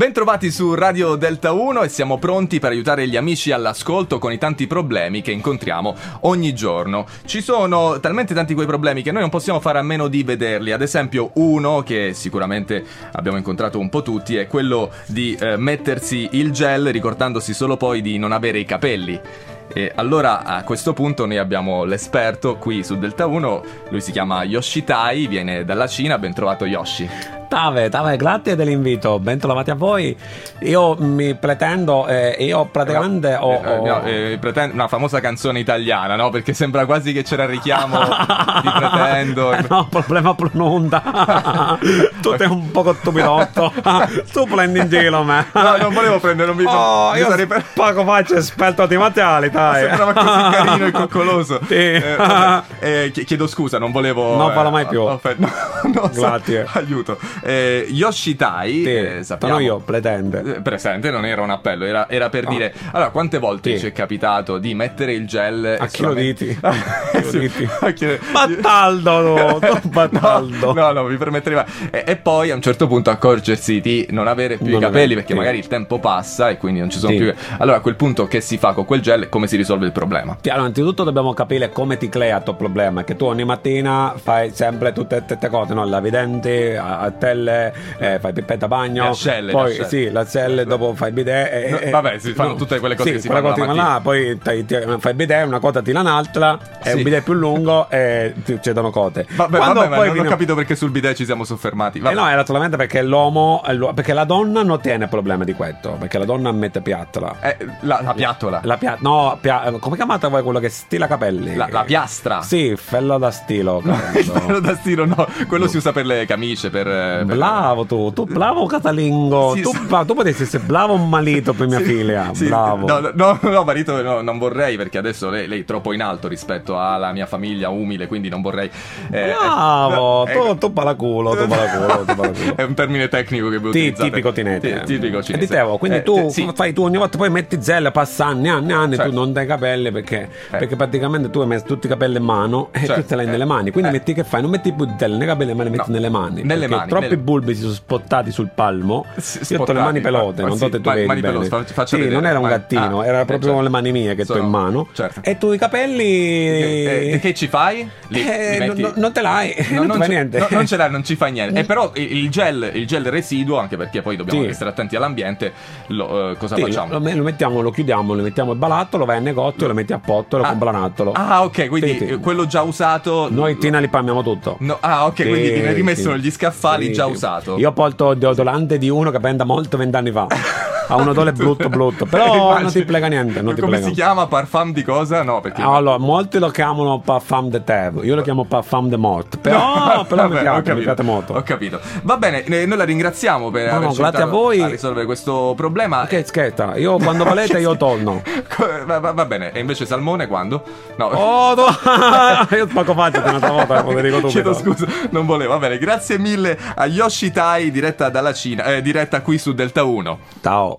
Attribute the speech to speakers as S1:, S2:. S1: Bentrovati su Radio Delta 1 e siamo pronti per aiutare gli amici all'ascolto con i tanti problemi che incontriamo ogni giorno. Ci sono talmente tanti quei problemi che noi non possiamo fare a meno di vederli. Ad esempio, uno che sicuramente abbiamo incontrato un po' tutti è quello di eh, mettersi il gel ricordandosi solo poi di non avere i capelli. E allora a questo punto noi abbiamo l'esperto qui su Delta 1, lui si chiama Yoshitai, viene dalla Cina, ben trovato Yoshi.
S2: Tave, Tave, grazie dell'invito, bentrovati a voi. Io mi pretendo, eh, io praticamente ho...
S1: Eh, eh,
S2: oh.
S1: no, eh, pretend- una famosa canzone italiana, no? Perché sembra quasi che c'era il richiamo di diciamo, pretendo.
S2: Eh no, problema pronunda. tu sei un poco stupidotto. tu prendi in giro me.
S1: No, non volevo prendere, non mi
S2: Oh,
S1: mi
S2: io
S1: sarei per-
S2: poco faccio esperto di materiali, dai.
S1: Sembrava così carino e coccoloso.
S2: Sì.
S1: Eh, vabbè. Eh, chi- chiedo scusa, non volevo.
S2: Non
S1: eh,
S2: farò mai più.
S1: offe- no, no, so-
S2: Grazie.
S1: aiuto. Eh, Yoshitai, eh,
S2: Sì,
S1: sappiamo-
S2: sono io, pretende.
S1: Eh, Presente, non era un appello, era, era per
S2: Ah.
S1: dire. Allora, quante volte
S2: Sì.
S1: ci è capitato di mettere il gel e
S2: A chi lo
S1: solamente-
S2: diti?
S1: Eh, sì, a chi-
S2: Battaldo, no, tu Battaldo.
S1: No, no, no, mi permetterei. mai. E, e poi a un certo punto accorgersi di non avere più
S2: Non
S1: i capelli
S2: avere,
S1: perché
S2: sì.
S1: magari il tempo passa e quindi non ci sono
S2: Sì.
S1: più. Allora a quel punto che si fa con quel gel? Come si risolve il problema?
S2: Sì, Allora, innanzitutto dobbiamo capire come ti crea il tuo problema, che tu ogni mattina fai sempre tutte queste cose, no? Lavi i denti, a, a telle, eh, fai pippetta a bagno,
S1: Le ascelle,
S2: poi
S1: le ascelle.
S2: sì, la selle, dopo fai bidet. e-
S1: No,
S2: e-
S1: vabbè, si fanno tutte quelle cose
S2: sì,
S1: che si
S2: quelle
S1: fanno
S2: cose
S1: la
S2: che là, poi ti- ti- fai bidet, una cosa tira un'altra, è
S1: Sì.
S2: un bidet più lungo e ti succedono cose.
S1: Vabbè,
S2: Quando
S1: vabbè, ma non ho
S2: finiamo-
S1: capito perché sul bidet ci siamo soffermati.
S2: eh
S1: Vabbè.
S2: no, era solamente perché l'uomo, l'u- perché la donna non tiene problema di questo, perché la donna mette piattola.
S1: Eh, la, la piattola.
S2: La pia- no, pia- come chiamate voi quello che stila capelli?
S1: La- la piastra.
S2: Sì, fello da stilo.
S1: Il pelo
S2: credo.
S1: Ah. da stilo, no, quello si usa per le camicie, per... eh, per-
S2: Bravo tu, tu bravo catalingo,
S1: Sì,
S2: tu,
S1: sì.
S2: bra- tu potresti essere bravo un malito per mia
S1: Sì,
S2: figlia,
S1: sì,
S2: bravo.
S1: No, no, no, marito, no, non vorrei perché adesso lei, lei è troppo in alto rispetto alla mia famiglia umile, quindi non vorrei... eh,
S2: Bravo,
S1: eh,
S2: tu,
S1: eh,
S2: tu palaculo, tu palaculo, tu palaculo.
S1: È un termine tecnico che voi
S2: Ti-
S1: utilizzate.
S2: tipico tinete.
S1: Sì, tipico cinese.
S2: E dicevo, quindi
S1: Eh,
S2: tu
S1: te- sì.
S2: fai tu ogni volta, poi metti zelle, passa anni, anni, anni,
S1: Certo.
S2: tu non dai capelli perché,
S1: Eh.
S2: perché praticamente tu hai messo tutti i capelli in mano e
S1: Certo.
S2: tu te l'hai
S1: Eh.
S2: nelle mani. Quindi
S1: Eh.
S2: metti che fai? Non metti più zelle nei capelli, ma le metti
S1: No.
S2: nelle mani.
S1: Nelle
S2: perché
S1: mani,
S2: Troppi
S1: nelle-
S2: bulbi si sono spottati sul palmo.
S1: S-
S2: Io ho le
S1: spottati,
S2: mani
S1: ma-
S2: pelote,
S1: ma
S2: non so
S1: sì,
S2: se tu
S1: ma-
S2: vedi.
S1: mani
S2: bene.
S1: pelose, fa- faccia
S2: Sì,
S1: vedere,
S2: non era un
S1: mani-
S2: gattino,
S1: ah,
S2: era
S1: eh,
S2: proprio
S1: certo.
S2: le mani mie che tu
S1: Sono-
S2: in mano.
S1: certo.
S2: E tu i capelli.
S1: Eh, eh, che ci fai? Li-
S2: Eh,
S1: li
S2: no-
S1: metti-
S2: no- non te l'hai, non ti fa
S1: ce-
S2: niente.
S1: no, non ce l'hai, non ci fai niente. Eh, però il il gel, il gel residuo, anche perché poi dobbiamo
S2: Sì.
S1: essere attenti all'ambiente, lo, eh, cosa
S2: Sì,
S1: facciamo?
S2: Lo, lo mettiamo, lo chiudiamo, lo mettiamo al balattolo, vai al negozio, lo metti a potto, lo
S1: Ah.
S2: compranattolo.
S1: Ah, ok, quindi
S2: Sì, sì.
S1: eh, quello già usato.
S2: Noi Tina li palmiamo tutto.
S1: No, ah, ok, quindi viene rimesso
S2: sì.
S1: negli scaffali
S2: Sì,
S1: già
S2: sì.
S1: usato.
S2: Io ho porto il deodorante di uno che prende molto vent'anni fa. Ha un odore brutto brutto,
S1: Eh,
S2: però
S1: immagino.
S2: non ti prega niente, non ti Ah,
S1: Come
S2: prega.
S1: si chiama? Parfum di cosa? No, perché
S2: Allora, molti lo chiamano parfum de terre, io lo chiamo parfum de mort. Però, però mi
S1: Vabbè, ho
S2: piace, mi
S1: capito,
S2: piace molto.
S1: Ho capito. Va bene, eh, noi la ringraziamo per
S2: No, no,
S1: averci
S2: grazie
S1: aiutato
S2: a voi.
S1: a risolvere questo problema.
S2: Che scherza, io quando volete io torno.
S1: Co- Va, va- va bene, e invece Salmone quando? No.
S2: Oh, no. io poco faccio un'altra volta, lo dico subito.
S1: Chiedo scusa, non volevo. Va bene, grazie mille a Yoshitai diretta dalla Cina, eh, diretta qui su Delta 1.
S2: Ciao.